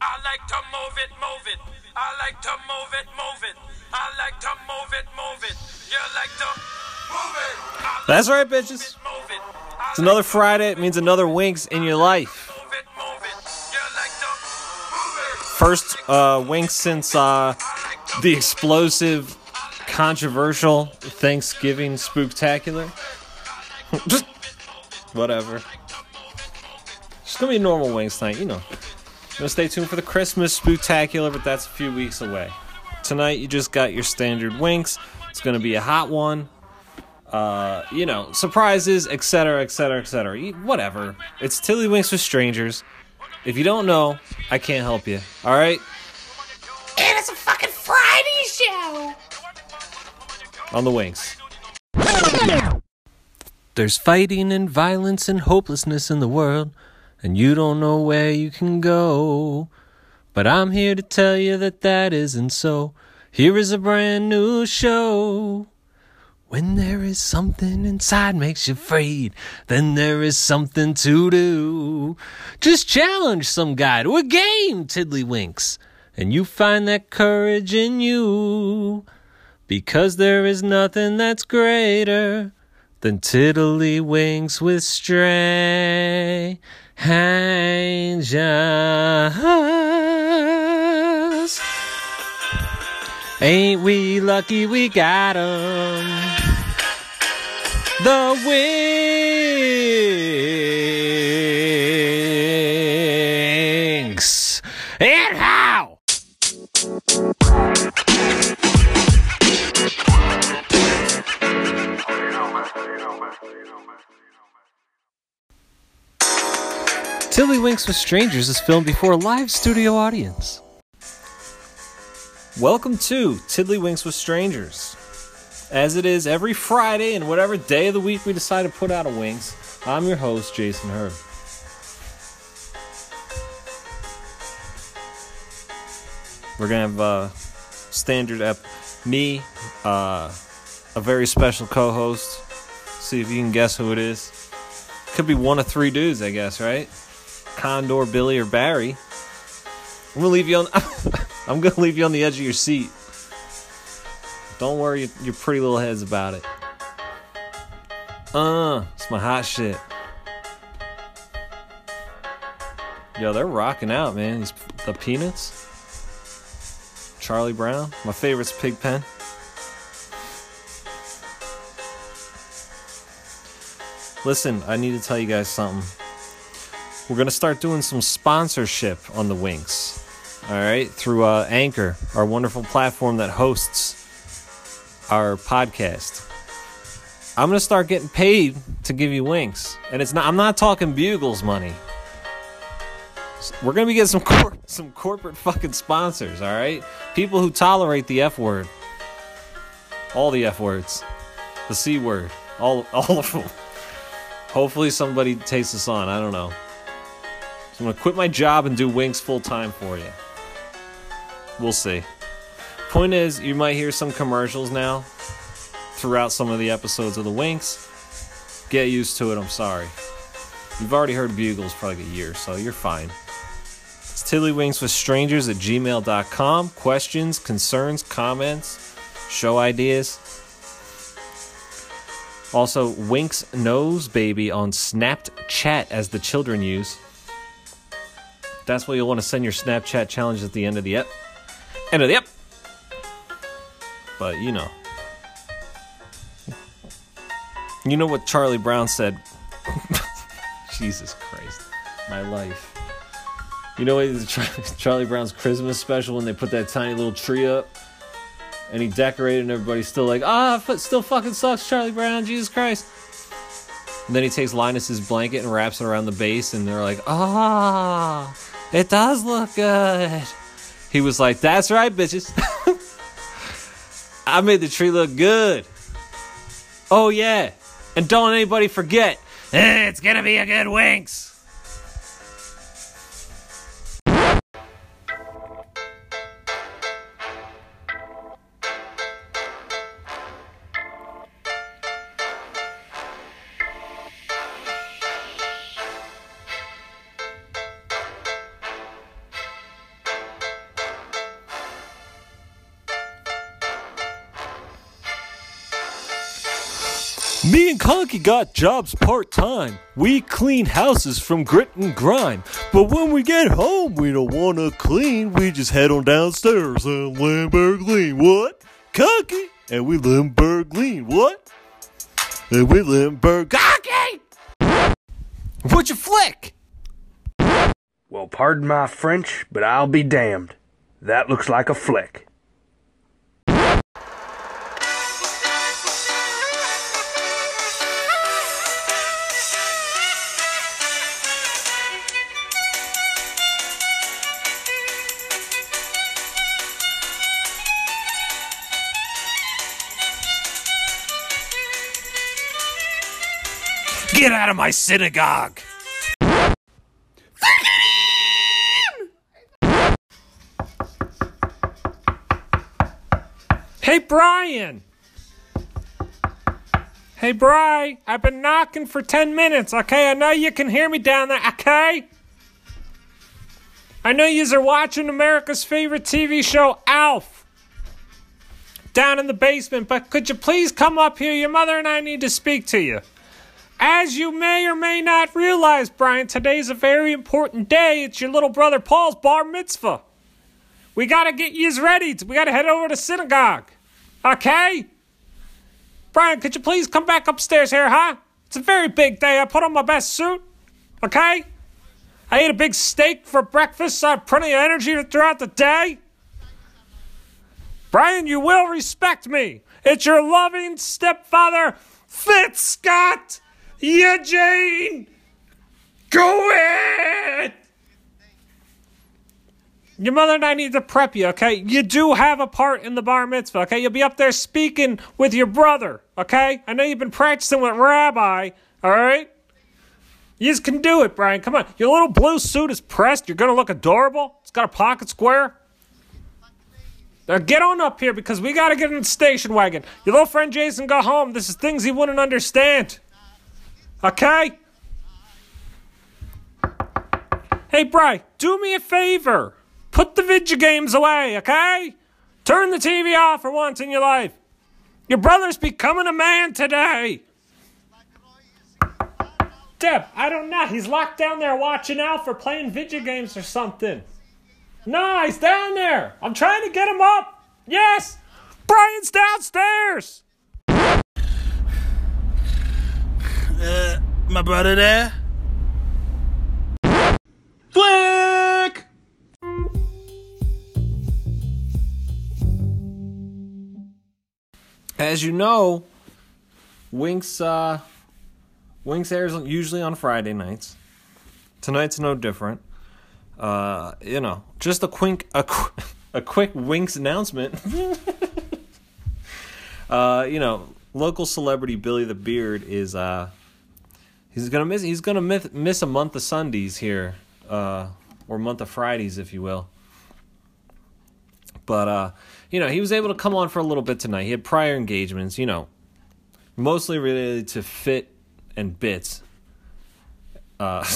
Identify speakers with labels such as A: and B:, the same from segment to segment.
A: I like to move it, move it. I like to move it, move it. I like to move it, move it. You like to move it. I like
B: That's right,
A: to move
B: bitches.
A: it, move it. I
B: It's another
A: like to
B: Friday. It means another Winks in your life.
A: move it, move it. You like to move it.
B: First uh, Winks since uh,
A: I like to
B: the explosive, controversial Thanksgiving spooktacular. Just whatever. It's gonna be normal wings tonight, you know. Now stay tuned for the Christmas spooktacular, but that's a few weeks away. Tonight you just got your standard winks. It's gonna be a hot one. Uh, you know, surprises, etc., etc., etc. You- E, Whatever. It's Tilly Winks with strangers. If you don't know, I can't help you. All right.
C: And it's a fucking Friday show.
B: on the wings. There's fighting and violence and hopelessness in the world, and you don't know where you can go. But I'm here to tell you that that isn't so. Here is a brand new show. When there is something inside makes you afraid, then there is something to do. Just challenge some guy to a game, Tiddlywinks, and you find that courage in you. Because there is nothing that's greater than tiddlywinks with strangers. Ain't we lucky we got 'em? The wings. And how? Tilly Winks with Strangers is filmed before a live studio audience. Welcome to Tiddly Winks with Strangers. As it is every Friday and whatever day of the week we decide to put out a Winks, I'm your host, Jason Herb. We're going to have a standard up me, uh, a very special co host. See if you can guess who it is. Could be one of three dudes, I guess, right? Condor, Billy, or Barry. I'm gonna leave you on. I'm gonna leave you on the edge of your seat. Don't worry your, your pretty little heads about it. Uh, it's my hot shit. Yo, they're rocking out, man. These the Peanuts, Charlie Brown. My favorite's Pigpen. Listen, I need to tell you guys something we're gonna start doing some sponsorship on the Winks. All right, through uh, Anchor, our wonderful platform that hosts our podcast. I'm gonna start getting paid to give you Winks, and it's not. I'm not talking Bugles money. S- We're gonna be getting some cor- some corporate fucking sponsors. All right, people who tolerate the F word, all the F words, the C word, all all of them. Hopefully, somebody takes this on. I don't know. So I'm gonna quit my job and do Winks full time for you. We'll see. Point is, you might hear some commercials now throughout some of the episodes of the Winks. Get used to it. I'm sorry. You've already heard bugles for like a year, so you're fine. It's tiddlywinks with strangers at gmail.com. Questions, concerns, comments, show ideas. Also, Winks Nose Baby on Snapped Chat, as the children use. That's where you'll want to send your Snapchat challenge at the end of the ep. End of the ep. But you know. You know what Charlie Brown said? Jesus Christ. My life. You know what is Char- Charlie Brown's Christmas special when they put that tiny little tree up? And he decorated, and everybody's still like, ah, fu- still fucking sucks, Charlie Brown, Jesus Christ. And then he takes Linus's blanket and wraps it around the base, and they're like, ah, it does look good. He was like, that's right, bitches. I made the tree look good. Oh, yeah. And don't anybody forget, eh, it's gonna be a good Winks. Me and Conky got jobs part time. We clean houses from grit and grime. But when we get home, we don't want to clean. We just head on downstairs and Limburg lean. What? Conky? And we Limburg lean. What? And we Limburg. Conky! What's your flick?
D: Well, pardon my French, but I'll be damned. That looks like a flick.
B: Get out of my synagogue! Hey, Brian! Hey, Bri, I've been knocking for 10 minutes, okay? I know you can hear me down there, okay? I know yous are watching America's favorite TV show, ALF, down in the basement, but could you please come up here? Your mother and I need to speak to you. As you may or may not realize, Brian, today's a very important day. It's your little brother Paul's bar mitzvah. We gotta get yous ready. We gotta head over to synagogue. Okay? Brian, could you please come back upstairs here, huh? It's a very big day. I put on my best suit. Okay? I ate a big steak for breakfast, so I have plenty of energy throughout the day. Brian, you will respect me. It's your loving stepfather, Fitz Scott Eugene. Go it! Your mother and I need to prep you, okay? You do have a part in the bar mitzvah, okay? You'll be up there speaking with your brother, okay? I know you've been practicing with Rabbi, all right? You just can do it, Brian. Come on. Your little blue suit is pressed. You're going to look adorable. It's got a pocket square. Now get on up here because we got to get in the station wagon. Your little friend Jason got home. This is things he wouldn't understand. Okay? Hey, Bry, do me a favor. Put the video games away, okay? Turn the TV off for once in your life. Your brother's becoming a man today. Deb, I don't know. He's locked down there watching out for playing video games or something. No, he's down there. I'm trying to get him up. Yes, Brian's downstairs. Uh,
E: My brother there?
D: Flick!
B: As you know, Winks uh, Winks airs usually on Friday nights. Tonight's no different. Uh, you know, just a quick a, qu- a quick Winks announcement. uh, you know, local celebrity Billy the Beard is uh, he's gonna miss he's gonna miss, miss a month of Sundays here, uh, or month of Fridays, if you will. But uh, you know, he was able to come on for a little bit tonight. He had prior engagements, you know, mostly related to fit and bits. Uh,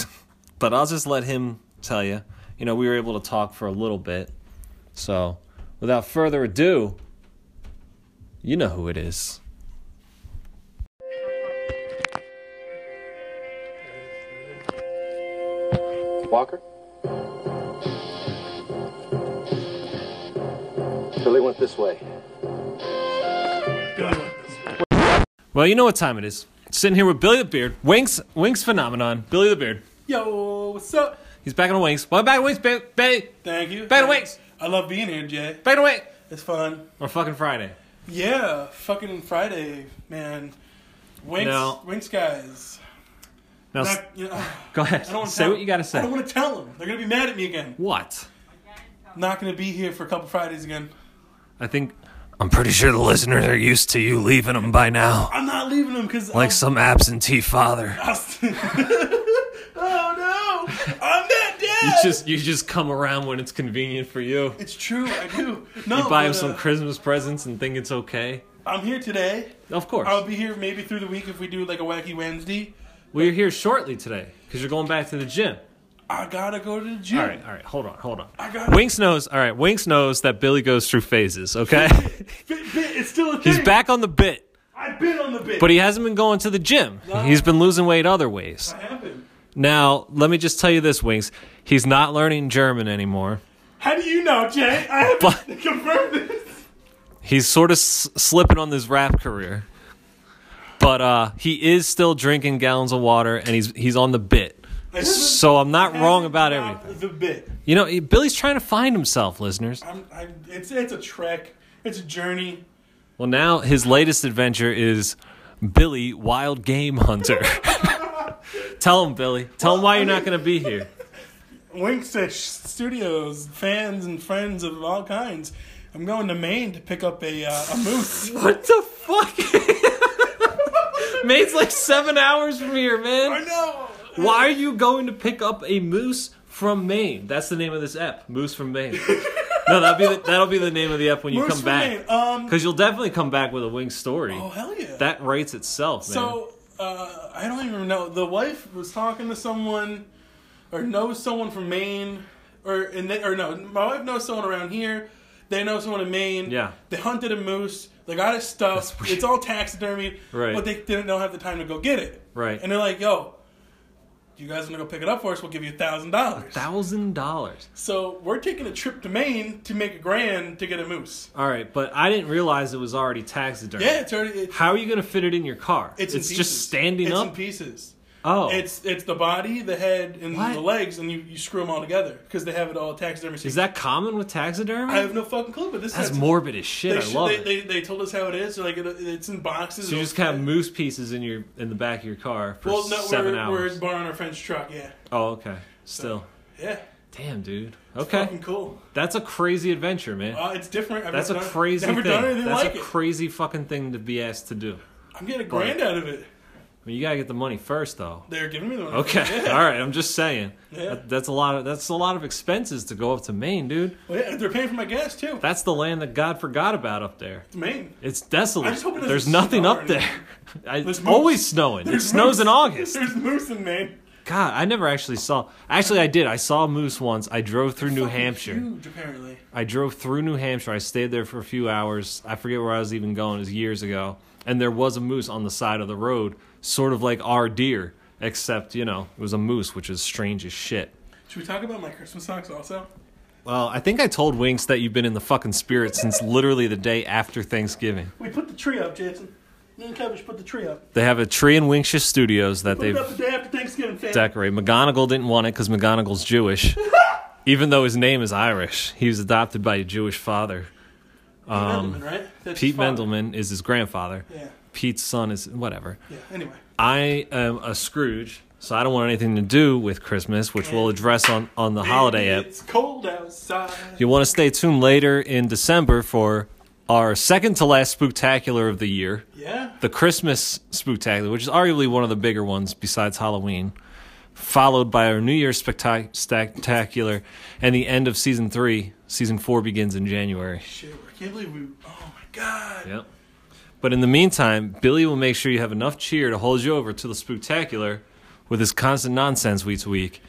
B: but I'll just let him tell you. You know, we were able to talk for a little bit. So, without further ado, you know who it is.
F: Walker? Billy went this way.
B: Well, you know what time it is. Sitting here with Billy the Beard, Winks, Winks phenomenon, Billy the Beard.
E: Yo, what's up?
B: He's back on Winks. Well, back on Winks, Billy. Billy,
E: Thank you.
B: Better wings.
E: I love being here, Jay.
B: Back on Winks.
E: It's fun.
B: On fucking Friday.
E: Yeah, fucking Friday, man. Winks,
B: No.
E: Winks guys.
B: Now, s-
E: Not- you know,
B: go ahead.
E: I don't wanna
B: Say
E: tell-
B: what you got to
E: I
B: say.
E: don't want to tell them. They're gonna be mad at me again.
B: What?
E: Not gonna be here for a couple Fridays again.
B: I think. I'm pretty sure the listeners are used to you leaving them by now,
E: I'm not leaving them because
B: some absentee father.
E: oh no, I'm not dead.
B: You just you just come around when it's convenient for you.
E: It's true, I do. No,
B: Buy him
E: but,
B: some
E: uh,
B: Christmas presents and think it's okay.
E: I'm here today.
B: Of course.
E: I'll be here maybe through the week if we do like a wacky Wednesday.
B: well, you're here shortly today because you're going back to the gym.
E: I gotta go to the gym.
B: All right, all right, hold on, hold on.
E: I gotta-
B: Winks knows. All right, Winks knows that Billy goes through phases. Okay,
E: Bit- bit, it's still a thing.
B: he's back on the bit.
E: I've been on the bit.
B: But he hasn't been going to the gym. He's been losing weight other ways.
E: What happened?
B: Now, let me just tell you this, Wings. He's not learning German anymore.
E: How do you know, Jay? I haven't
B: But-
E: confirmed this.
B: He's sort of s- slipping on this rap career. But uh, he is still drinking gallons of water and he's he's on the bit. So I'm not wrong about
E: Stop
B: everything.
E: The bit.
B: You know, Billy's trying to find himself, listeners.
E: I'm, I'm, it's it's a trek. It's a journey.
B: Well, now his latest adventure is Billy Wild Game Hunter. Tell him, Billy. Tell him why you're not going to be here.
E: Winkfish Studios fans and friends of all kinds. I'm going to Maine to pick up a uh, a moose.
B: What the fuck? Maine's like seven hours from here,
E: I
B: man.
E: know.
B: Why are you going to pick up a moose from Maine? That's the name of this ep, Moose from Maine. No, that'll be the, that'll be the name of the ep when you
E: Moose
B: come
E: from
B: back.
E: Maine. Um,
B: Because you'll definitely come back with a wing story.
E: oh hell yeah.
B: That writes itself, man.
E: So uh, I don't even know. The wife was talking to someone, or knows someone from Maine, or and they, or no, my wife knows someone around here. They know someone in Maine.
B: Yeah.
E: They hunted a moose. They got his stuff. It's all taxidermy.
B: Right.
E: But they didn't don't have the time to go get it.
B: Right.
E: And they're like, "Yo, you guys want to go pick it up for us? We'll give you a thousand dollars."
B: Thousand dollars.
E: So we're taking a trip to Maine to make a grand to get a moose.
B: All right, but I didn't realize it was already taxidermy.
E: Yeah, it's already it's,
B: How are you going to fit it in your car?
E: it's, in pieces.
B: just standing
E: it's
B: up.
E: in pieces.
B: oh,
E: It's it's the body, the head, and
B: What?
E: the legs, and you, you screw them all together because they have it all taxidermy.
B: is that common with taxidermy?
E: I have no fucking clue, but this
B: That's
E: has-
B: morbid as shit.
E: They,
B: I
E: sh-
B: love
E: they,
B: it.
E: They, they told us how it is. So like it, it's in boxes.
B: so you just
E: It'll-
B: have moose pieces in your in the back of your car for
E: well, no,
B: 7
E: we're,
B: hours.
E: we're borrowing our friend's truck. Yeah,
B: Oh, okay. Still,
E: yeah,
B: damn, dude. Okay,
E: fucking cool.
B: that's a crazy adventure, man.
E: Uh, it's different. I've
B: that's a
E: never done,
B: crazy
E: never
B: thing.
E: done anything
B: That's
E: like
B: a
E: it.
B: crazy fucking thing to be asked to do.
E: I'm getting a grand out of it.
B: I mean, you gotta get the money first, though.
E: They're giving me the money.
B: Okay,
E: Yeah.
B: all right. I'm just saying.
E: Yeah.
B: That- that's a lot of that's a lot of expenses to go up to Maine, dude.
E: Well, Oh, yeah, they're paying for my gas too.
B: That's the land that God forgot about up there.
E: It's Maine.
B: It's
E: I
B: desolate.
E: just hope it doesn't
B: There's nothing
E: snow
B: up
E: or
B: there.
E: anything.
B: I, it's
E: moose.
B: always snowing.
E: There's
B: it snows in
E: moose.
B: August.
E: There's moose in Maine.
B: God, I never actually saw. Actually, I did. I saw a moose once. I drove through New Hampshire.
E: Huge, apparently.
B: I drove through New Hampshire. I stayed there for a few hours. I forget where I was even going. It was years ago. And there was a moose on the side of the road, sort of like our deer, except, you know, it was a moose, which is strange as shit.
E: Should we talk about my Christmas socks also?
B: Well, I think I told Winks that you've been in the fucking spirit since literally the day after Thanksgiving.
E: We put the tree up, Jason. Me and Kevish put the tree up.
B: They have a tree in Winksha Studios that
E: Put
B: they've
E: it up the day after Thanksgiving, fam.
B: decorate. McGonagall didn't want it because McGonagall's Jewish, even though his name is Irish. He was adopted by a Jewish father.
E: Mendelman, right? That's
B: um, Pete
E: his father.
B: Mendelman is his grandfather.
E: Yeah,
B: Pete's son is whatever.
E: yeah. Anyway,
B: I am a Scrooge, so I don't want anything to do with Christmas, which we'll address on, on the holiday app.
E: It's cold outside.
B: You'll want to stay tuned later in December for our second to last spooktacular of the year.
E: Yeah.
B: the Christmas spooktacular, which is arguably one of the bigger ones besides Halloween, followed by our New Year's spectac- spectacular, and the end of season three. Season four begins in January.
E: Shit, I can't believe we. Oh my god.
B: Yep. But in the meantime, Billy will make sure you have enough cheer to hold you over to the spooktacular with his constant nonsense week to week,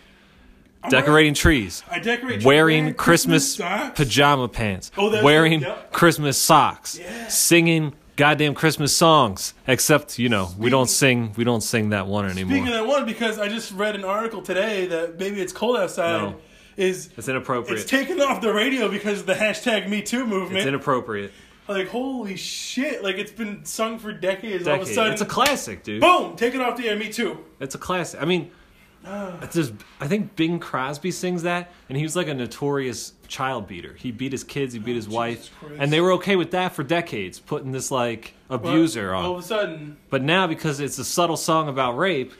B: decorating trees,
E: I decorate.
B: wearing Christmas
E: socks.
B: pajama pants,
E: Oh, that's-
B: wearing
E: yep.
B: Christmas socks,
E: Yeah.
B: singing goddamn Christmas songs. Except you know we don't sing we don't sing that one
E: Speaking
B: anymore.
E: of that one, because I just read an article today that maybe it's cold outside.
B: No.
E: Is
B: it's inappropriate.
E: it's
B: It's,
E: taken off the radio because of the hashtag Me Too movement.
B: inappropriate.
E: like holy shit! Like it's been sung for decades. All of a
B: Decade.
E: sudden,
B: It's a classic, dude.
E: boom! Take it off the air. Me Too.
B: It's a classic. I mean,
E: Ah.
B: it's just, I think Bing Crosby sings that, and he was like a notorious child beater. He beat his kids, he beat his wife,
E: Oh, Christ.
B: and they were okay with that for decades, putting this like abuser
E: All of
B: on.
E: a sudden,
B: But now, because it's a subtle song about rape,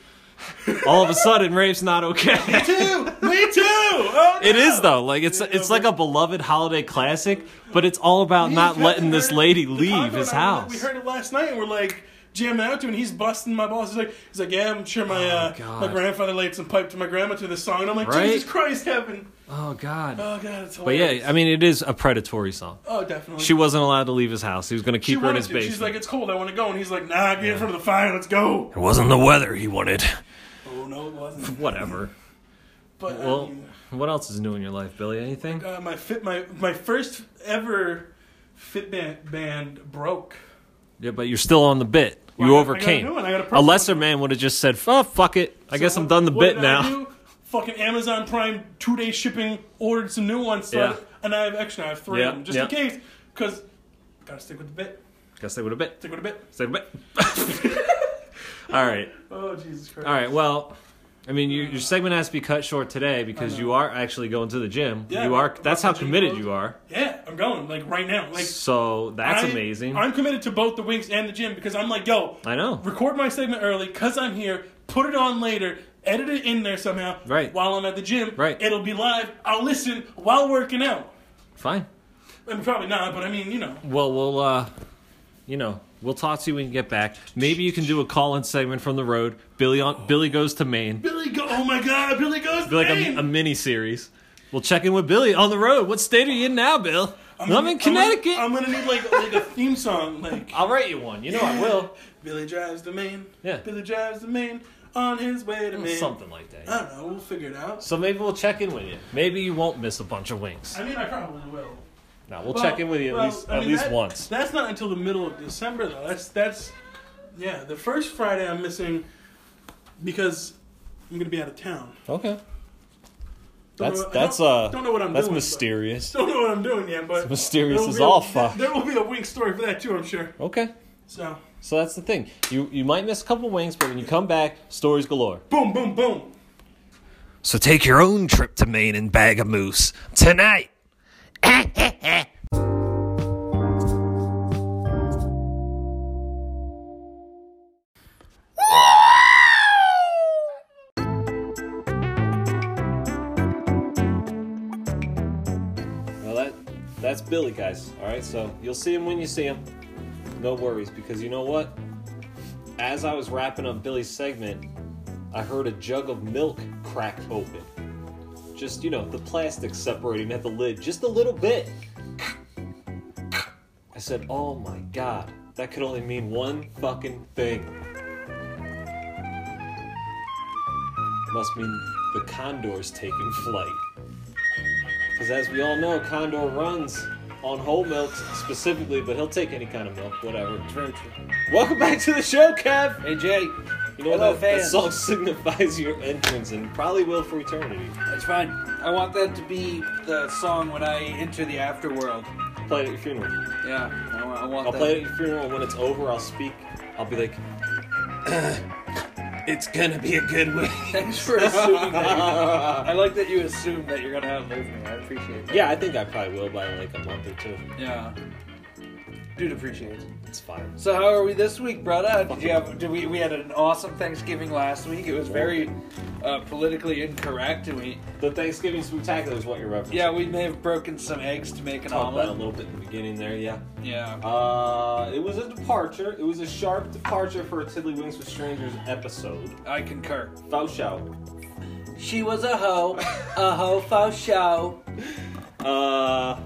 B: all of a sudden rape's not okay.
E: too. Me too. Oh,
B: It
E: no.
B: is though. Like it's it's like a beloved holiday classic, but it's all about not
E: Yeah,
B: letting
E: we
B: this
E: heard-
B: lady
E: the
B: leave
E: taco
B: his
E: and I were-
B: house.
E: We heard it last night, and we're like jamming out to, it, and he's busting my balls. He's like, he's like, yeah, I'm sure my uh,
B: Oh, God.
E: my grandfather laid some pipe to my grandma to this song, and I'm like,
B: Right?
E: Jesus Christ, heaven.
B: Oh god.
E: Oh God, it's
B: But
E: hilarious.
B: yeah, I mean it is a predatory song.
E: oh definitely.
B: She wasn't allowed to leave his house. He was going to
E: She
B: keep her in
E: wanted
B: his
E: to.
B: basement.
E: She's like, it's cold, I want to go, and he's like, nah, get in front of the fire, let's go.
B: It wasn't the weather he wanted.
E: Oh no, it wasn't.
B: Whatever.
E: But I
B: Well,
E: mean,
B: what else is new in your life, Billy? Anything?
E: uh, my fit, my my first ever Fitbit band broke.
B: Yeah, but you're still on the bit. You
E: Well, I got- I got a
B: overcame.
E: new one. I got a
B: a
E: personal
B: lesser man would have just said, "Oh, fuck it. I guess I'm done the
E: What
B: bit
E: did I
B: now."
E: do? Fucking Amazon Prime two day shipping. Ordered some new ones, so
B: Yeah.
E: and I have extra. I have three
B: Yeah,
E: of them just
B: yeah.
E: in case, because gotta stick with the bit.
B: Guess they would have bit.
E: Stick with the bit.
B: They would have bit. All right.
E: Oh Jesus Christ!
B: All right. Well, I mean, your, your segment has to be cut short today because you are actually going to the gym.
E: Yeah,
B: you are.
E: about
B: That's how
E: the gym
B: committed
E: clothes.
B: you are.
E: Yeah, I'm going like right now. Like
B: So that's
E: I-
B: amazing.
E: I'm committed to both the wings and the gym because I'm like, yo,
B: I know.
E: record my segment early because I'm here, put it on later, edit it in there somehow.
B: Right.
E: While I'm at the gym.
B: Right.
E: It'll be live. I'll listen while working out.
B: Fine.
E: I mean, probably not, but I mean, you know.
B: Well, we'll, uh, you know, we'll talk to you when you get back. Maybe you can do a call-in segment from the road. Billy on Billy goes to Maine.
E: Billy go. Oh my God, Billy goes.
B: Be like
E: insane.
B: a, a mini series. We'll check in with Billy on the road. What state are you in now, Bill? I'm, in Connecticut.
E: I'm gonna, need like like a theme song, like
B: I'll write you one. You know I will.
E: Billy drives to Maine.
B: Yeah.
E: Billy drives to Maine on his way to Maine.
B: Something like that.
E: I don't know. We'll figure it out.
B: So maybe we'll check in with you. Maybe you won't miss a bunch of wings.
E: I mean, I probably will.
B: No, we'll
E: Well,
B: check in with you at
E: well,
B: least
E: I
B: at
E: mean,
B: least
E: that-
B: once.
E: That's not until the middle of December though. That's that's yeah, the first Friday I'm missing because I'm gonna be out of town.
B: Okay.
E: Don't
B: That's
E: know- I
B: that's
E: don't-
B: uh
E: don't know what I'm
B: that's
E: doing, but-
B: mysterious.
E: Don't know what I'm doing yet, but
B: mysterious
E: there will
B: as
E: be a-
B: all fuck.
E: There will be a wink story for that too, I'm sure.
B: Okay.
E: So
B: So that's the thing. You you might miss a couple wings, but when you come back, stories galore.
E: boom, boom, boom.
G: So take your own trip to Maine and bag a moose tonight.
B: Well, that that's Billy, guys. All right, so you'll see him when you see him. No worries, because you know what? As I was wrapping up Billy's segment, I heard a jug of milk crack open. Just you know, the plastic separating at the lid just a little bit. I said, "Oh my god, that could only mean one fucking thing." Must mean the condor's taking flight. Because as we all know, Condor runs on whole milks specifically, but he'll take any kind of milk, whatever. Welcome back to the show, Kev! Hey, Jay. You know
H: Hello,
B: what? That, that
H: fans.
B: song signifies your entrance and probably will for eternity.
H: That's fine. I want that to be the song when I enter the afterworld.
B: Play it at your funeral.
H: Yeah, I want, I want
B: I'll
H: that.
B: play it at your funeral, and when it's over, I'll speak. I'll be like, it's gonna be a good week.
H: Thanks for assuming that. I like that you assume that you're gonna outlive me. I appreciate that.
B: Yeah, I think I probably will by like a month or two.
H: Yeah. Dude appreciates. it.
B: It's fine.
H: So how are we this week, brother? Did you have? Did we? We had an awesome Thanksgiving last week. It was very uh, politically incorrect, and we
B: The Thanksgiving spectacular is what you're referencing.
H: yeah we may have broken some eggs to make an
B: talked about it a
H: omelet.
B: little bit in the beginning there. Yeah.
H: Yeah.
B: Uh, it was a departure. It was a sharp departure for a Tiddlywinks with Strangers episode.
H: I concur.
B: Faux show.
H: She was a hoe, a hoe faux show.
B: Uh,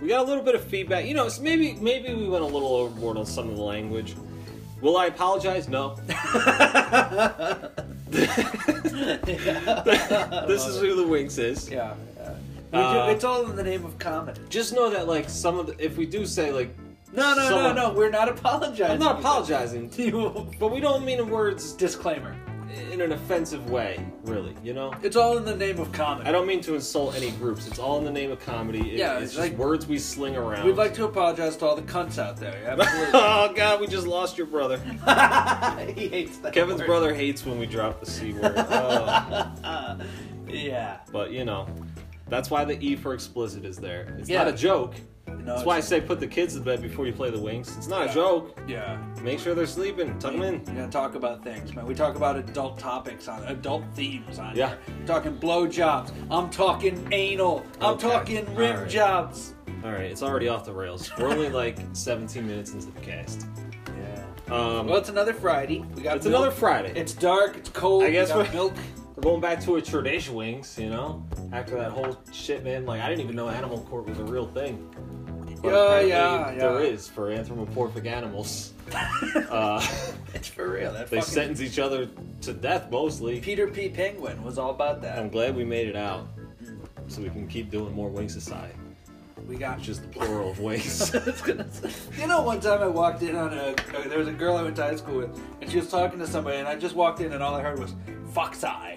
B: we got a little bit of feedback. You know, so maybe maybe we went a little overboard on some of the language. Will I apologize? No. this is who the Winx is.
H: Yeah. yeah. We
B: Uh,
H: do, it's all in the name of comedy.
B: Just know that, like, some of the if we do say like,
H: No, no,
B: Someone-
H: no, no. We're not apologizing.
B: I'm not apologizing,
H: You-
B: but we don't mean the words
H: Disclaimer.
B: in an offensive way, really. You know.
H: It's all in the name of comedy.
B: I don't mean to insult any groups. It's all in the name of comedy. It-
H: Yeah,
B: it's
H: it's
B: just
H: like-
B: words we sling around.
H: We'd like to apologize to all the cunts out there. Absolutely.
B: oh God, we just lost your brother.
H: he hates that.
B: Kevin's
H: word.
B: brother hates when we drop the c word. Oh,
H: Yeah.
B: but you know, that's why the e for explicit is there. It's
H: Yeah.
B: not a joke.
H: No,
B: That's why I
H: it's-
B: say put the kids to bed before you play the wings. It's not a joke.
H: Yeah.
B: Make sure they're sleeping. Tuck them in.
H: We're gonna talk about things, man. We talk about adult topics on adult themes on
B: Yeah.
H: here. I'm talking blowjobs. I'm talking anal. I'm
B: Okay.
H: talking rim
B: All right.
H: jobs.
B: All right, it's already off the rails. We're only like 17 minutes into the cast.
H: Yeah.
B: Um,
H: Well, it's another Friday. We got
B: it's
H: milk.
B: another Friday.
H: It's dark. It's cold.
B: I
H: we
B: guess
H: got
B: we're-
H: milk.
B: We're going back to a tradition wings, you know? After that whole shit, man, like I didn't even know animal court was a real thing. But
H: Yeah,
B: apparently
H: yeah, yeah.
B: There is for anthropomorphic animals. uh,
H: It's for real. That
B: they
H: fucking
B: sentence each other to death mostly.
H: Peter P. Penguin was all about that.
B: I'm glad we made it out so we can keep doing more Wing Society.
H: We got.
B: It's just the plural of ways.
H: You know, one time I walked in on a. uh, There was a girl I went to high school with, and she was talking to somebody, and I just walked in, and all I heard was "fox eye."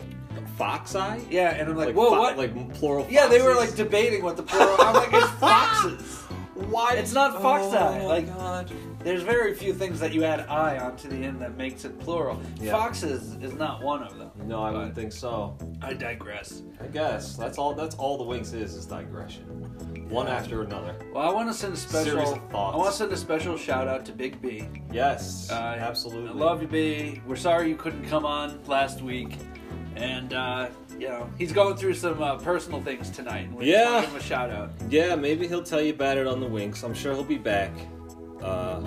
B: Fox eye?
H: Yeah, and I'm like,
B: Like
H: "Whoa,
B: fo-
H: what?"
B: Like plural.
H: yeah, they were like
B: foxes?
H: debating what the plural. I'm like, "It's foxes."
B: why?
H: It's not fox
B: Oh,
H: eye. Like,
B: God.
H: there's very few things that you add "i" onto the end that makes it plural.
B: Yeah.
H: Foxes is not one of them.
B: No, I
H: But
B: wouldn't think so.
H: I digress.
B: I guess that's all. That's all the wings is is digression, one after another.
H: Well, I want to send a special.
B: Series of thoughts.
H: I want to send a special shout out to Big B.
B: Yes,
H: Uh,
B: absolutely.
H: I love you, B. We're sorry you couldn't come on last week, and uh, you know he's going through some uh, personal things tonight. and We just
B: Yeah.
H: wanna give him a shout out.
B: Yeah, maybe he'll tell you about it on the Winks. I'm sure he'll be back. Uh,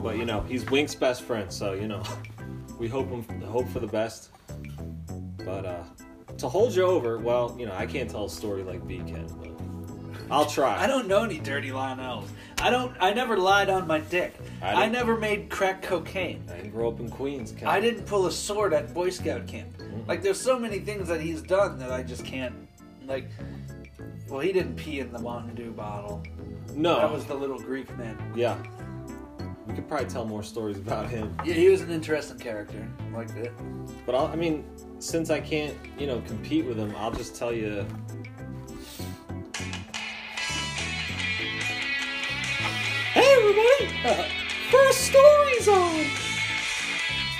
B: but you know, he's Wink's best friend, so you know, we hope him hope for the best. But uh, to hold you over, well, you know, I can't tell a story like B can, but I'll try.
H: I don't know any dirty Lionels. I don't. I never lied on my dick.
B: I
H: I,
B: don't-
H: never made crack cocaine.
B: I didn't grow up in Queens. Ken.
H: I didn't pull a sword at Boy Scout camp.
B: Mm-hmm.
H: Like there's so many things that he's done that I just can't. Like, well, he didn't pee in the Mountain Dew bottle.
B: No.
H: That was the little Greek man.
B: yeah. We could probably tell more stories about him,
H: Yeah, he was an interesting character. Like that.
B: but I'll, I mean, since I can't, you know, compete with him, I'll just tell you. Hey, everybody! First story's on.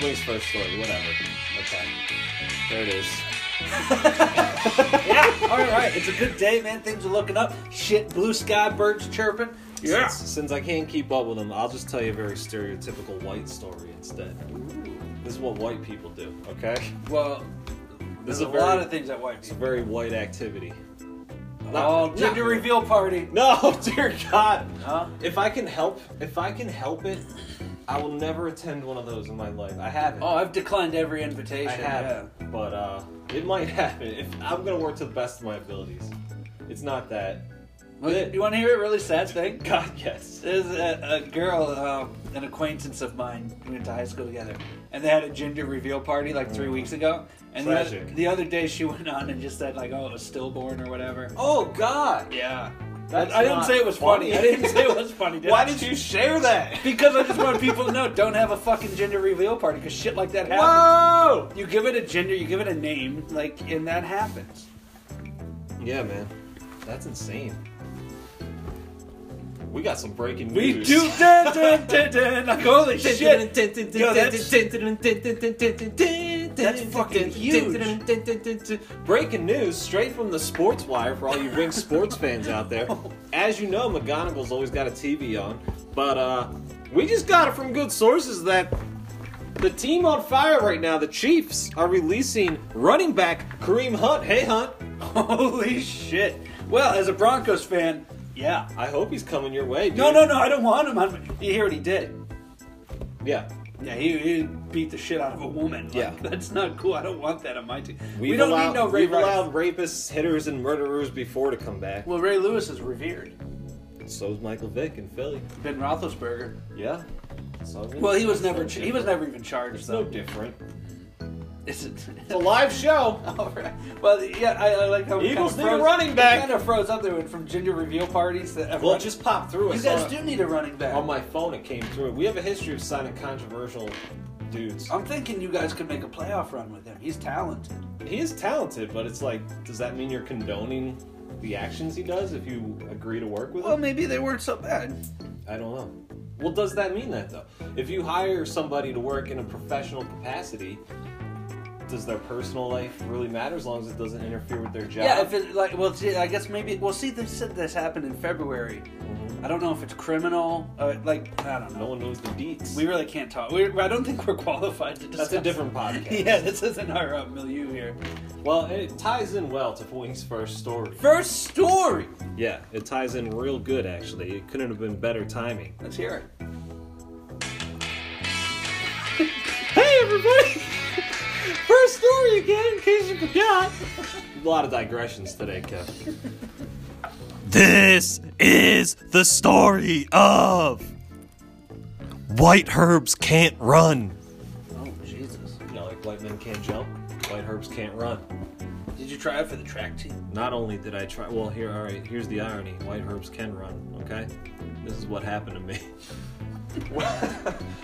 B: Wings first story, whatever. Okay, there it is.
H: Yeah, all right. It's a good day, man. Things are looking up. Shit, blue sky, birds chirping.
B: Yeah. Since, since I can't keep up with them, I'll just tell you a very stereotypical white story instead. This is what white people do, okay?
H: Well,
B: This
H: there's
B: is
H: a,
B: a very-
H: lot of things that white
B: It's a
H: people.
B: very white activity.
H: Oh,
B: Not-
H: gender reveal party.
B: No, dear God.
H: Huh?
B: If I can help, if I can help it, I will never attend one of those in my life. I haven't.
H: Oh, I've declined every
B: I
H: invitation.
B: haven't. But uh, it might happen. If I'm gonna work to the best of my abilities. It's not that.
H: yeah. Well, you want to hear a really sad thing?
B: God, yes.
H: There's a, a girl, um, an acquaintance of mine, we went to high school together, and they had a gender reveal party like three weeks ago. And the,
B: Mm. Tragic.
H: oth- the other day she went on and just said like, "Oh, it was stillborn" or whatever.
B: Oh God.
H: Yeah.
B: That's
H: I didn't
B: not
H: say it was funny.
B: funny.
H: I didn't say it was funny. I?
B: Why did you share that?
H: Because I just want people to know, don't have a fucking gender reveal party because shit like that happens.
B: Whoa!
H: You give it a gender, you give it a name, like, and that happens.
B: Yeah, man. That's insane. We got some breaking
H: We
B: news.
H: do dun, dun, dun, dun, like holy shit. Yo, that's-
B: That's
H: fucking huge.
B: Breaking news straight from the sports wire for all you Wink sports fans out there. As you know, McGonagall's always got a TV on, but uh, we just got it from good sources that the team on fire right now, the Chiefs, are releasing running back Kareem Hunt. Hey, Hunt.
H: Holy shit. Well, as a Broncos fan, yeah.
B: I hope he's coming your way. Dude.
H: No, no, no, I don't want him. I'm, you hear what he did?
B: Yeah.
H: Yeah, he, he beat the shit out of a woman. Like,
B: Yeah.
H: That's not cool. I don't want that on my team.
B: We've
H: we don't
B: allowed,
H: need no Ray
B: We've
H: Rice.
B: allowed rapists, hitters, and murderers before to come back.
H: Well, Ray Lewis is revered.
B: So's Michael Vick in Philly.
H: Ben Roethlisberger.
B: Yeah. So,
H: Well, he was never he was never even charged
B: no
H: though.
B: different.
H: Is it?
B: It's a live show.
H: All right. Well, yeah, I, I like how we
B: Eagles
H: kinda
B: need a
H: froze,
B: running back.
H: Kind of froze up there with- from gender reveal parties that
B: Well,
H: everyone
B: it just popped through. I
H: You
B: saw
H: guys
B: it
H: do need a running back.
B: on Oh my phone. It came through. We have a history of signing controversial dudes.
H: I'm thinking you guys could make a playoff run with him. He's talented.
B: He is talented, but it's like, does that mean you're condoning the actions he does if you agree to work with him?
H: Well, maybe they weren't so bad.
B: I don't know. Well, does that mean that though? If you hire somebody to work in a professional capacity, does their personal life really matter as long as it doesn't interfere with their job?
H: Yeah, if it like well, see, I guess maybe well, see, they said this happened in February. I don't know if it's criminal. Uh, like I don't
B: no
H: know.
B: one knows the deets.
H: We really can't talk. we I don't think we're qualified to discuss.
B: That's a different podcast.
H: Yeah, this isn't our uh, milieu here.
B: Well, it ties in well to Wing's first story.
H: First story.
B: Yeah, it ties in real good actually. It couldn't have been better timing.
H: Let's hear it.
B: Hey everybody! First story again, in case you forgot. A lot of digressions today, Kev.
I: This is the story of White Herbs Can't Run.
H: Oh Jesus!
B: You know, like white men can't jump, white herbs can't run.
H: Did you try out for the track team?
B: Not only did I try, well, here, all right, here's the irony. White herbs can run, okay? This is what happened to me.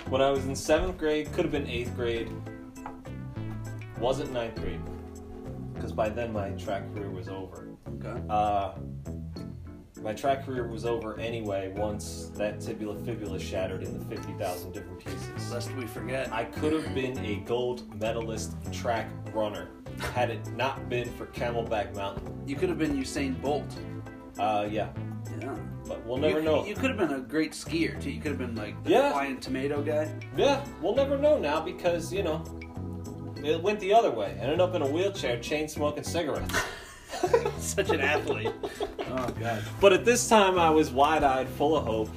B: when I was in seventh grade, could have been eighth grade, wasn't ninth grade, because by then my track career was over.
H: Okay.
B: Uh, my track career was over anyway once that tibula fibula shattered into 50,000 different pieces.
H: Lest we forget.
B: I could have been a gold medalist track runner had it not been for Camelback Mountain.
H: You could have been Usain Bolt.
B: Uh, yeah,
H: Yeah.
B: but we'll never
H: you,
B: know.
H: You could have been a great skier too. You could have been like the
B: Yeah.
H: flying tomato guy.
B: Yeah, we'll never know now because, you know, it went the other way. Ended up in a wheelchair, chain smoking cigarettes.
H: Such an athlete. oh god.
B: But at this time, I was wide eyed, full of hope.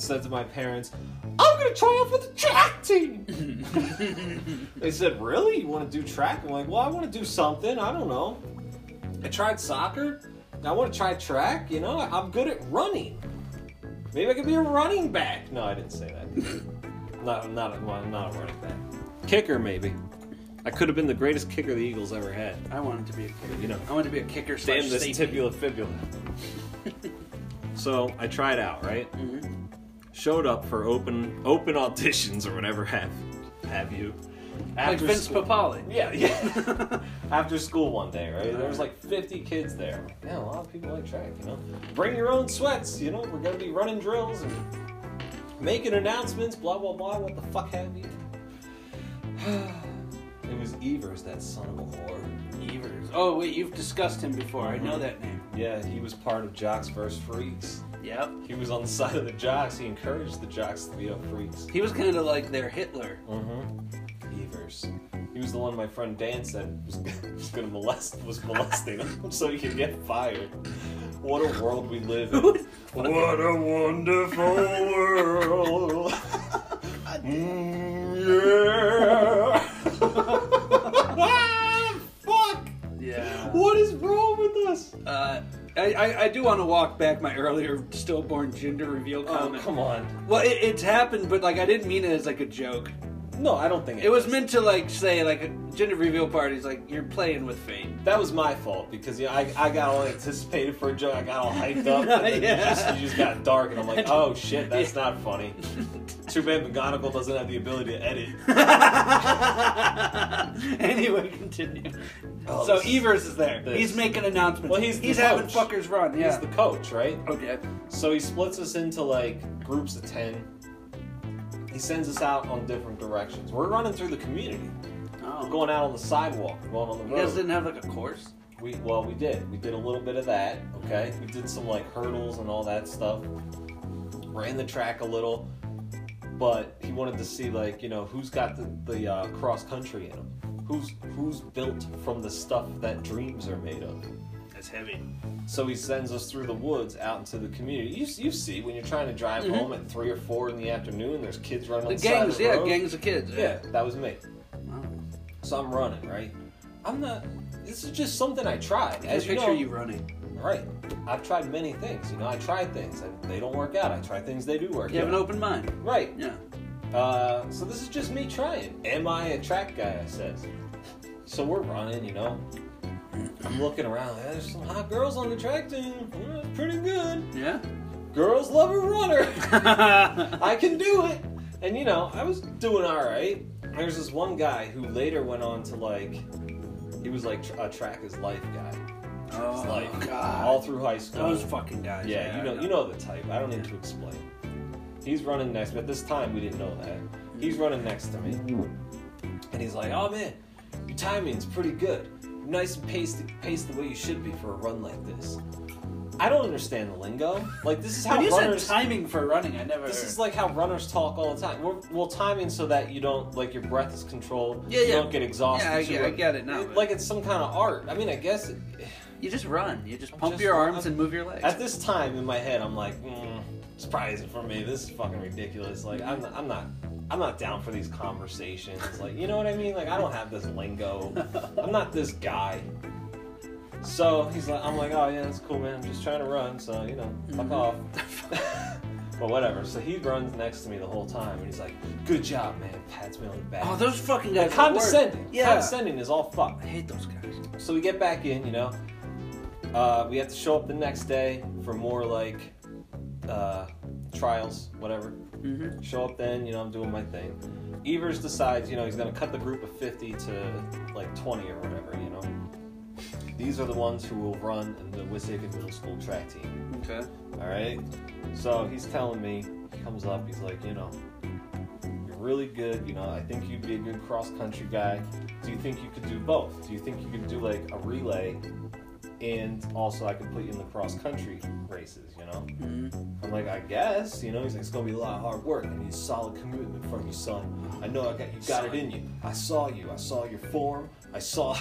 B: Said to my parents, I'm gonna try out for the track team! they said, Really? You wanna do track? I'm like, Well, I wanna do something. I don't know. I tried soccer. I wanna try track. You know, I'm good at running. Maybe I could be a running back. No, I didn't say that. not, not, a, well, not a running back. Kicker, maybe. I could have been the greatest kicker the Eagles ever had.
H: I wanted to be a kicker.
B: You know.
H: I wanted to be a kicker. slash
B: Damn this
H: safety.
B: tibula fibula. so I tried out, right? Mm-hmm. Showed up for open open auditions or whatever have have you.
H: Like
B: After
H: Vince
B: school-
H: Papali.
B: yeah, yeah. After school one day, right? There was like 50 kids there. Yeah, a lot of people like track, you know. Bring your own sweats, you know. We're gonna be running drills and making announcements, blah blah blah. What the fuck have you? it was Evers, that son of a whore.
H: Evers. Oh wait, you've discussed him before. I
B: Mm-hmm.
H: know that name.
B: Yeah, he was part of Jocks vs. Freaks.
H: Yep.
B: He was on the side of the Jocks. He encouraged the Jocks to beat up Freaks.
H: He was kind of like their Hitler.
B: Oh. Evers. He was the one my friend Dan said was, was gonna molest was molesting him so he could get fired. What a world we live in. What a, wonderful world. Mm, yeah. Fuck!
H: Yeah.
B: What is wrong with us?
H: Uh, I, I, I do want to walk back my earlier stillborn gender reveal comment.
B: Oh, on.
H: Well, it, it's happened, but like I didn't mean it as like a joke.
B: No, I don't think
H: It was meant to like say like gender reveal parties like you're playing with fate.
B: That was my fault because you know, I, I got all anticipated for a joke. I got all hyped up.
H: No,
B: and then
H: yeah.
B: you, just, you just got dark, and I'm like, oh shit, that's not funny. Too bad McGonagall doesn't have the ability to edit.
H: anyway, continue.
B: Oh,
H: so
B: this is-
H: Evers is there.
B: this.
H: He's making announcements.
B: Well, he's the
H: he's having
B: coach.
H: fuckers run. Yeah.
B: He's the coach, right?
H: okay.
B: So he splits us into like groups of 10. He sends us out on different directions. We're running through the community.
H: Oh.
B: We're going out on the sidewalk. We're going on the
H: you
B: road.
H: guys didn't have like a course.
B: We well, we did. We did a little bit of that. Okay,
H: Mm-hmm.
B: we did some like hurdles and all that stuff. Ran the track a little, but he wanted to see like you know who's got the the uh, cross country in him. Who's who's built from the stuff that dreams are made of.
H: That's heavy.
B: So he sends us through the woods out into the community. You, you see when you're trying to drive home at three or four in the afternoon, there's kids running.
H: Mm-hmm. The
B: on the side of
H: gangs,
B: the
H: yeah,
B: road.
H: gangs of kids. Oh.
B: Yeah, that was me.
H: Wow.
B: So I'm running right. I'm not. This is just something I tried.
H: I
B: As you
H: picture
B: know,
H: you running.
B: Right. I've tried many things. You know, I tried things and they don't work out. I try things they do work
H: You have
B: out.
H: an open mind.
B: right.
H: Yeah.
B: Uh, so this is just me trying. Am I a track guy? I says. So we're running, you know. I'm looking around. "Yeah, There's some hot girls on the track team. Yeah, pretty good.
H: Yeah. Oh,
B: Girls love a runner. I can do it. And you know, I was doing all right. There's this one guy who later went on to like, he was like tr- a track is life guy.
H: Oh
B: Like
H: god.
B: all through high school.
H: Those fucking guys.
B: Yeah, you know, you know the type. I don't need to explain. He's running next, but this time we didn't know that. He's running next to me, and he's like, "Oh man, your timing's pretty good. You're nice and paced, paced the way you should be for a run like this." I don't understand the lingo. Like this is how
H: When you said
B: runners.
H: timing for running, I never.
B: This is like how runners talk all the time. We're, well, timing so that you don't like your breath is controlled.
H: Yeah,
B: you
H: yeah.
B: Don't get exhausted.
H: Yeah, I
B: so
H: get- I
B: you're-
H: get it now, but-
B: Like it's some kind of art. I mean, I guess. It,
H: you just run. You just pump
B: just
H: your
B: run.
H: arms and move your legs.
B: At this time in my head, I'm like, mm, this probably isn't for me. This is fucking ridiculous. Like, I'm not, I'm not, I'm not down for these conversations. Like, you know what I mean? Like, I don't have this lingo. I'm not this guy.
H: Mm-hmm.
B: So he's like, I'm like, oh yeah, that's cool, man. I'm just trying to run. So you know, fuck off. But whatever. So he runs next to me the whole time, and he's like, "Good job, man." Pats me on the back.
H: Oh, those fucking guys. are the worst.
B: condescending.
H: Yeah.
B: Condescending is all fuck.
H: I hate those guys.
B: So we get back in, you know. Uh, we have to show up the next day for more like uh, trials, whatever. Show up then, you know, I'm doing my thing. Evers decides, you know, he's gonna cut the group of 50 to like 20 or whatever, you know. These are the ones who will run the Wissahickon Middle School track team.
H: Okay.
B: All right. So he's telling me, he comes up, he's like, you know, you're really good. You know, I think you'd be a good cross country guy. Do you think you could do both? Do you think you could do like a relay, and also I could put you in the cross country races? You know, I'm like, I guess. You know, he's like, it's gonna be a lot of hard work. I need solid commitment from you, son. I know I got you got it in you. I saw you. I saw your form. I saw.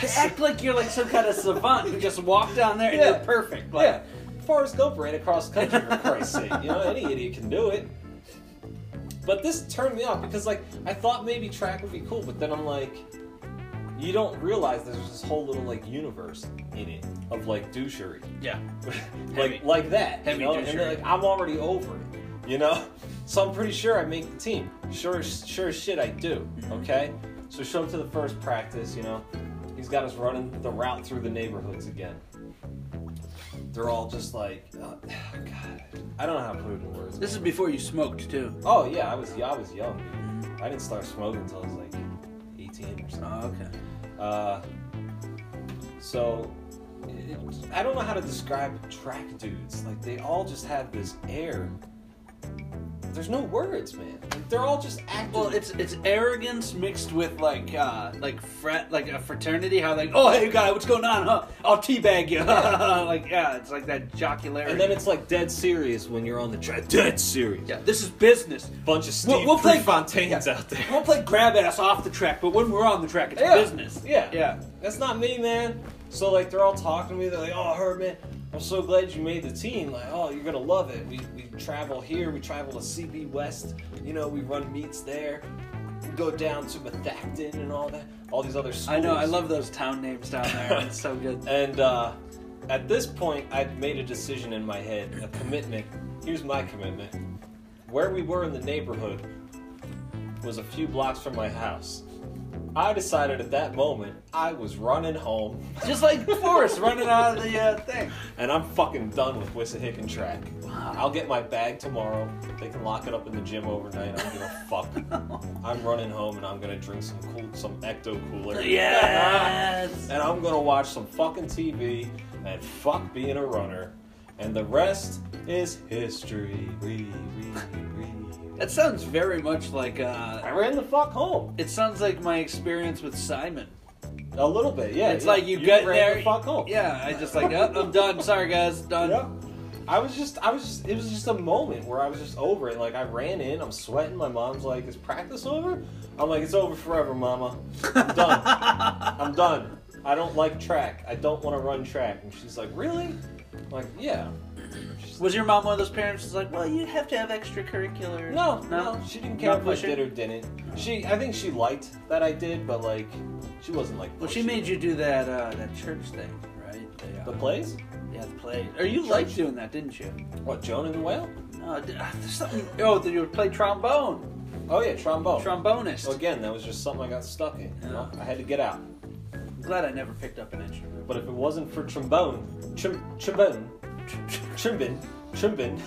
H: They act like you're like some kind of savant who just walked down there and
B: Yeah.
H: you're perfect. Like,
B: Yeah, Forrest Gump ran across country for Christ's sake. You know, any idiot can do it. But this turned me off because, like, I thought maybe track would be cool, but then I'm like, you don't realize there's this whole little like universe in it of like douchery,
H: Yeah.
B: like like that.
H: heavy
B: you know? And
H: douchery.
B: like, I'm already over it, you know. So I'm pretty sure I make the team. Sure, as- sure as shit I do. Okay. So show up to the first practice, you know. He's got us running the route through the neighborhoods again they're all just like, oh, God, I don't know how to put it in words.
H: This is before you smoked too.
B: oh yeah, I was I was young.
H: Mm-hmm.
B: I didn't start smoking until I was like 18 or something. Uh,
H: Oh, okay.
B: so it, I don't know how to describe track dudes. Like they all just have this air. There's no words, man. Like, they're all just acting.
H: Well, it's it's arrogance mixed with like uh like frat like a fraternity. How like oh hey guy, what's going on? Huh? I'll teabag you. like yeah, it's like that jocularity.
B: and then it's like dead serious when you're on the track. Dead serious.
H: yeah, this is business.
B: Bunch of Steve
H: We'll- we'll play-
B: Prefontaines
H: yeah.
B: out there.
H: We'll play grab ass off the track, but when we're on the track, it's
B: Yeah.
H: business.
B: Yeah.
H: yeah.
B: That's not me, man. So like they're all talking to me. They're like, "Oh, Herb, man, I'm so glad you made the team. Like, oh, you're gonna love it. We we travel here. We travel to CB West. You know, we run meets there. We go down to Methacton and all that. All these other schools.
H: I know. I love those town names down there. It's so good.
B: And uh, at this point, I'd made a decision in my head, a commitment. Here's my commitment. Where we were in the neighborhood was a few blocks from my house. I decided at that moment I was running home.
H: Just like Forrest running out of the uh, thing.
B: and I'm fucking done with Wissahickon track. I'll get my bag tomorrow. They can lock it up in the gym overnight. I don't give a fuck. I'm running home and I'm gonna drink some cool, some ecto cooler.
H: Yes.
B: and I'm gonna watch some fucking TV and fuck being a runner. And the rest is history. Wee, wee, wee.
H: That sounds very much like uh.
B: I ran the fuck home
H: It sounds like my experience with Simon.
B: a little bit. Yeah,
H: It's
B: yeah.
H: like you, get
B: ran
H: there.
B: The fuck home.
H: Yeah, I just like, oh, I'm done. Sorry, guys, done.
B: Yeah. I was just, I was just, it was just a moment where I was just over it. Like, I ran in, I'm sweating. My mom's like, is practice over? I'm like, it's over forever, mama. I'm done. I'm done. I don't like track. I don't want to run track. And she's like, really? I'm like, yeah. She's like,
H: Was your mom one of those parents who's like, well, you have to have extracurriculars?
B: no, no, she didn't care
H: Not
B: if I
H: pushing?
B: did or didn't. She, I think she liked that I did, but like, she wasn't like,
H: Well, she
B: pushy.
H: made you do that uh, that church thing, right? The, uh,
B: the plays.
H: yeah, the play. Or you liked doing that, didn't you?
B: What, Joan and the Whale?
H: No, d- ah, there's something. Oh, that you would play trombone,
B: Oh yeah, trombone.
H: trombonist.
B: So again, that was just something I got stuck in. You know?
H: Yeah.
B: I had to get out.
H: I'm glad I never picked up an instrument.
B: But if it wasn't for trombone, trim, trombone, trimbin, trimbin,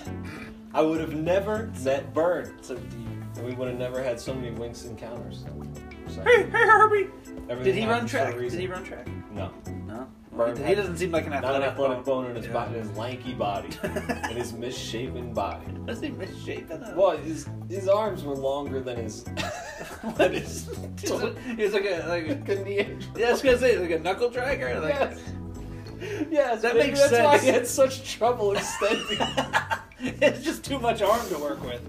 B: I would have never met Burn.
H: So deep.
B: And we would have never had so many Winx encounters. So,
H: Hey, hey, Herbie!
B: everything
H: Did he run
B: happens for a
H: track? Did
B: reason.
H: he run track?
B: No.
H: No.
B: Burn
H: he
B: had-
H: doesn't seem like an
B: Not an
H: athletic.
B: athletic
H: bone.
B: bone in his,
H: Yeah.
B: body, in his lanky body, in his misshapen body.
H: Does he misshapen? that?
B: Well, his, his arms were longer than his. than his
H: He's like he's like a like a,
B: Yes.
H: yeah, I was gonna say like a knuckle dragger. Like,
B: Yes,
H: That
B: maybe
H: makes
B: that's why
H: sense.
B: he had such trouble extending.
H: it's just too much arm to work with.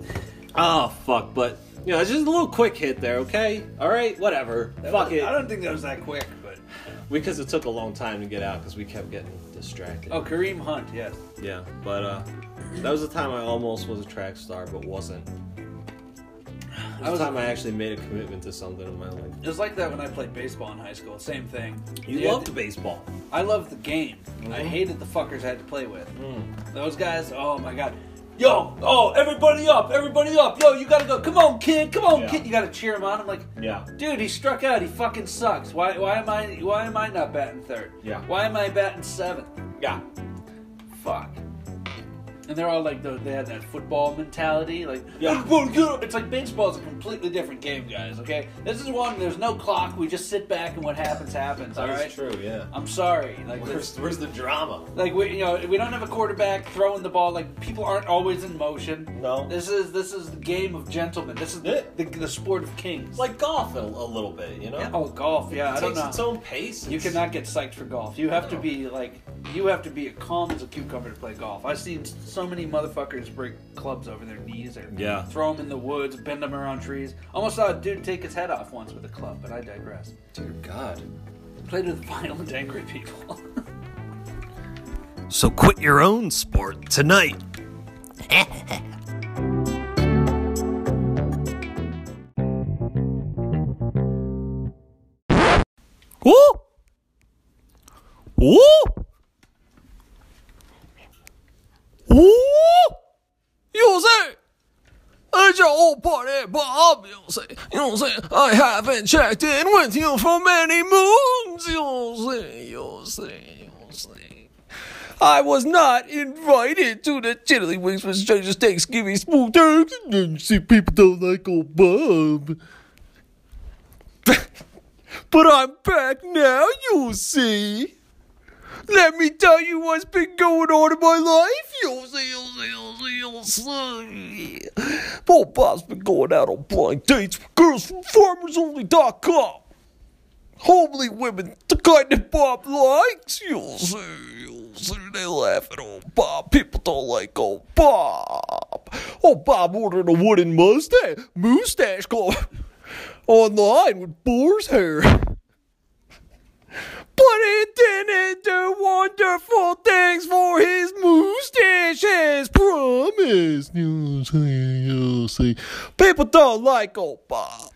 B: Oh fuck! But you know, it's just a little quick hit there. Okay, all right, whatever. fuck
H: I
B: it.
H: don't think that was that quick, but
B: Because it took a long time to get out because we kept getting distracted.
H: oh, Kareem Hunt, yes.
B: Yeah, but uh, that was the time I almost was a track star, but wasn't. It
H: I
B: was
H: was.
B: the time I actually made a commitment to something in my life.
H: It was like that when I played baseball in high school. Same thing.
B: You
H: Yeah,
B: loved Mm-hmm. baseball. Mm.
H: I loved the game. I hated the fuckers I had to play with. Those guys. Oh my god. yo, oh, everybody up, everybody up, yo, you gotta go. Come on, kid, come on,
B: Yeah.
H: kid. You gotta cheer him on. I'm like,
B: Yeah.
H: dude, he struck out. He fucking sucks. Why, why am I, why am I not batting third?
B: Yeah.
H: Why am I batting seventh?
B: Yeah.
H: Fuck. And they're all like, the, they had that football mentality, like,
B: Yeah.
H: "Everybody get up." it's like baseball's a completely different game, guys. Okay, this is one. There's no clock. We just sit back and what happens happens. All
B: That is
H: right.
B: true, yeah.
H: I'm sorry. Like,
B: Where's,
H: this,
B: where's the drama?
H: like we, you know, we don't have a quarterback throwing the ball. Like, people aren't always in motion.
B: No.
H: This is this is the game of gentlemen. This is the, the, the sport of kings.
B: It's like golf a, a little bit, you know?
H: Yeah, oh, golf. Yeah,
B: it
H: I don't
B: takes
H: know.
B: its own pace.
H: You
B: It's-
H: cannot get psyched for golf. You have to be like, you have to be as calm as a cucumber to play golf. I've seen so many motherfuckers break clubs over their knees or
J: Yeah.
H: throw them in the woods, bend them around trees. Almost saw a dude take his head off once with a club, but I digress.
B: Dear God.
H: Played with violent, angry people.
G: So quit your own sport tonight. Woo! Woo! Woo! You say it's your old party, but obviously, you know what I'm saying? I haven't checked in with you for many moons. You know what I'm saying? You know what I'm saying? You know what I'm saying? I was not invited to the Tiddlywinks for Strangers Thanksgiving Spook Turks. And you see, people don't like old Bob. but I'm back now, you'll see. Let me tell you what's been going on in my life. You'll see, you'll see, you'll see, you'll see. Old Bob's been going out on blind dates with girls from farmersonly.com homely women, the kind that Bob likes. You'll see, you'll see, they laugh at old Bob. People don't like old Bob. Old Bob ordered a wooden mustache, mustache club online with boar's hair. But it didn't do wonderful things for his mustache as promised. You'll see, you'll see. People don't like old Bob.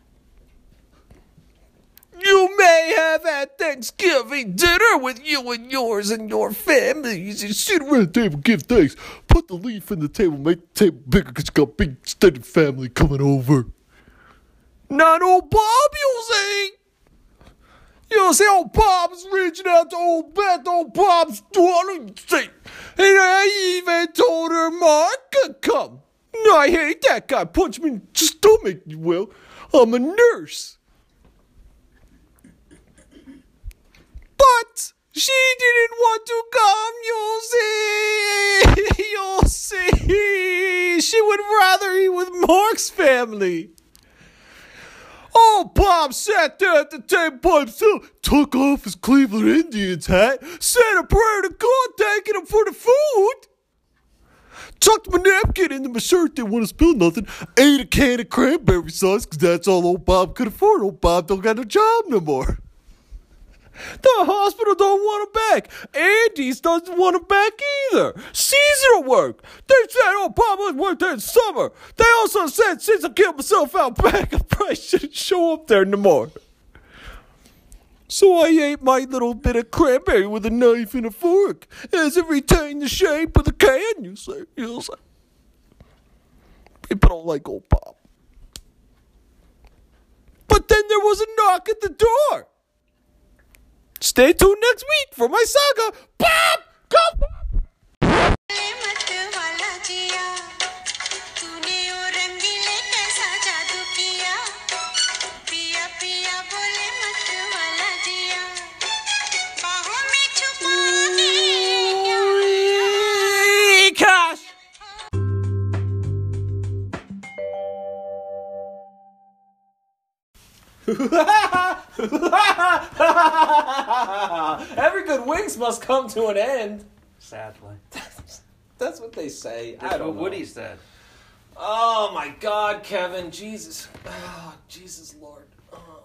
G: You may have had Thanksgiving dinner with you and yours and your family. You just sit around the table, give thanks, put the leaf in the table, make the table bigger because you got big extended family coming over. Not old Bob, you'll see. You'll see old Bob's reaching out to old Beth, old Bob's daughter. you see. And I even told her Mark could come. No, I hate that guy. Punch me in the stomach, you will. I'm a nurse. But she didn't want to come, you'll see. You'll see. She would rather eat with Mark's family. Oh, Bob sat there at the table by himself, took off his Cleveland Indians hat, said a prayer to God thanking him for the food, tucked my napkin into my shirt, didn't want to spill nothing, ate a can of cranberry sauce, 'cause that's all old Bob could afford. Old Bob don't got no job no more. The hospital don't want him back. Andy's doesn't want him back either. Seasonal work. They said, oh, Papa worked there in summer. They also said, since I killed myself out back, I probably shouldn't show up there no more. So I ate my little bit of cranberry with a knife and a fork as it retained the shape of the can, you say. You say. People don't like old Bob. But then there was a knock at the door. Stay tuned next week for my saga. Bob, go Bob!
B: Every good wings must come to an end.
H: Sadly,
B: That's what they say. I
H: that's
B: don't
H: what
B: know.
H: Woody said.
B: Oh my God, Kevin, Jesus, oh, Jesus Lord, oh,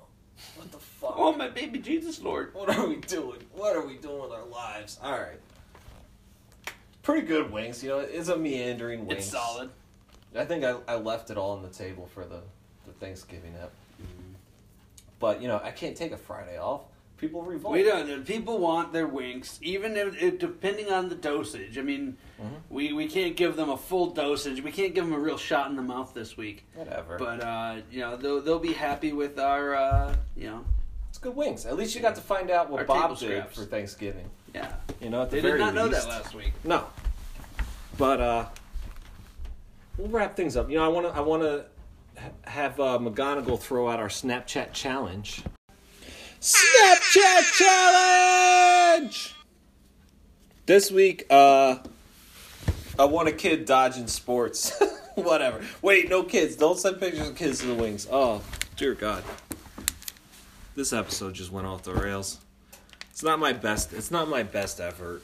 B: what the fuck?
H: Oh my baby Jesus Lord.
B: What are we doing? What are we doing with our lives? All right. Pretty good wings, you know. It's a meandering wings.
H: It's solid.
B: I think I, I left it all on the table
H: Mm-hmm.
B: for the, the Thanksgiving app. But you know, I can't take a Friday off. people revolt.
H: We don't. know. People want their winks, even if, if- depending on the dosage. I mean, we, we can't give them a full dosage. We can't give them a real shot in the mouth this week.
B: Whatever.
H: But uh, you know, they'll they'll be happy with our uh, you know,
B: it's good wings. At least you got to find out what
H: Our
B: Bob
H: table
B: did
H: scraps.
B: for Thanksgiving.
H: yeah.
B: You know, at the
H: They did
B: very
H: not know
B: least.
H: that last week.
B: No. But uh we'll wrap things up. You know, I want to I want to have uh, McGonagall throw out our Snapchat challenge. Snapchat challenge. This week uh I want a kid dodging sports. Whatever. Wait, no kids. Don't send pictures of kids to the wings. Oh, dear god. This episode just went off the rails. It's not my best. It's not my best effort.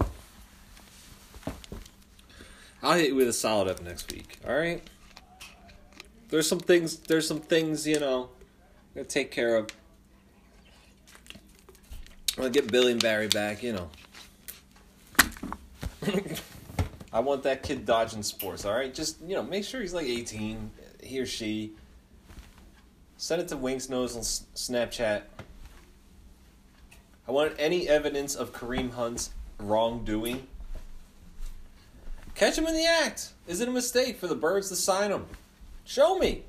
B: I'll hit you with a solid up next week. All right. There's some things. There's some things you know. I'm gonna take care of. I'm gonna get Billy and Barry back. You know. I want that kid dodging sports. All right. Just you know, make sure he's like 18. He or she. Send it to Winks Nose on S- Snapchat. I want any evidence of Kareem Hunt's wrongdoing. Catch him in the act. Is it a mistake for the birds to sign him? Show me.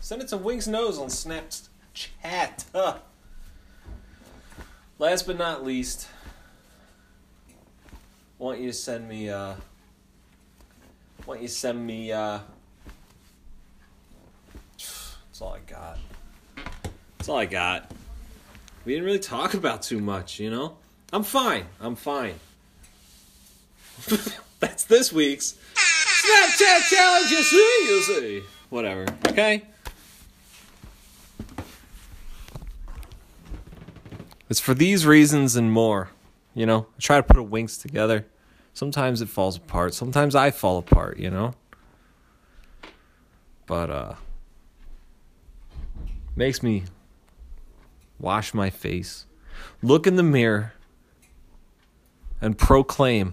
B: Send it to Wings Nose on Snapchat. Huh. Last but not least, want you to send me. Uh, want you to send me. Uh, that's all I got. That's all I got. We didn't really talk about too much, you know. I'm fine. I'm fine. That's this week's Snapchat challenge. You see, you see. Whatever. Okay.
G: It's for these reasons and more. You know, I try to put a winks together. Sometimes it falls apart. Sometimes I fall apart, you know? But uh makes me wash my face, look in the mirror, and proclaim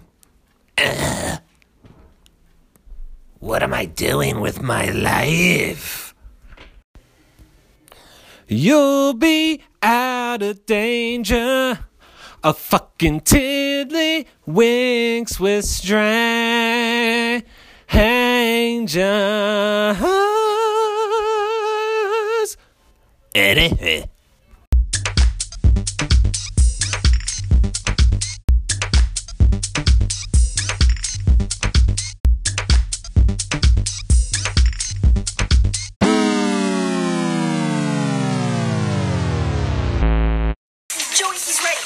K: What am I doing with my life?
G: You'll be out of danger. A fucking tiddly winks with strangers.
K: Joey, he's ready.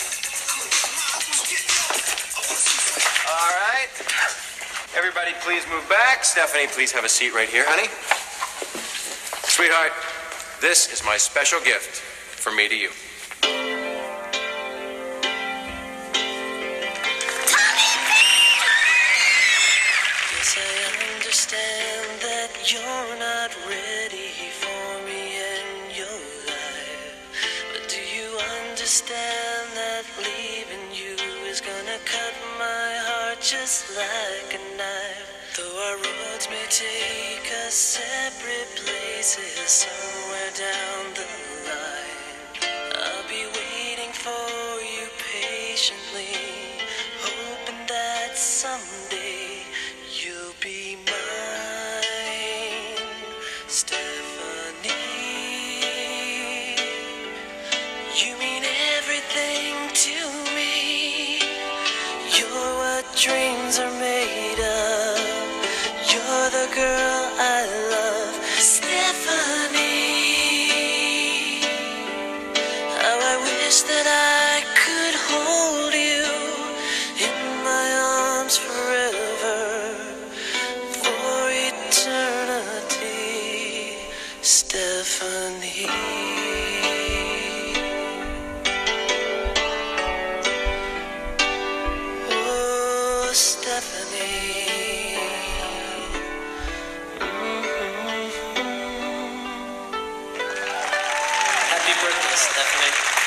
A: All right. Everybody, please move back. Stephanie, please have a seat right here, honey. Sweetheart, this is my special gift from me to you.
L: Yes, I understand that you're not ready for me and your life. But do you understand that leaving you is gonna cut my heart just like a knife? Though our roads may take us separate places somewhere down the line. I'll be waiting for you patiently, hoping that someday you'll be mine, Stephanie. You mean everything to me. You're what dreams are made of. You're the girl I love, Stephanie. How I wish that I could hold you in my arms forever, for eternity, Stephanie. Oh, Stephanie. Mhm. Mm-hmm.
A: Happy birthday, Stephanie.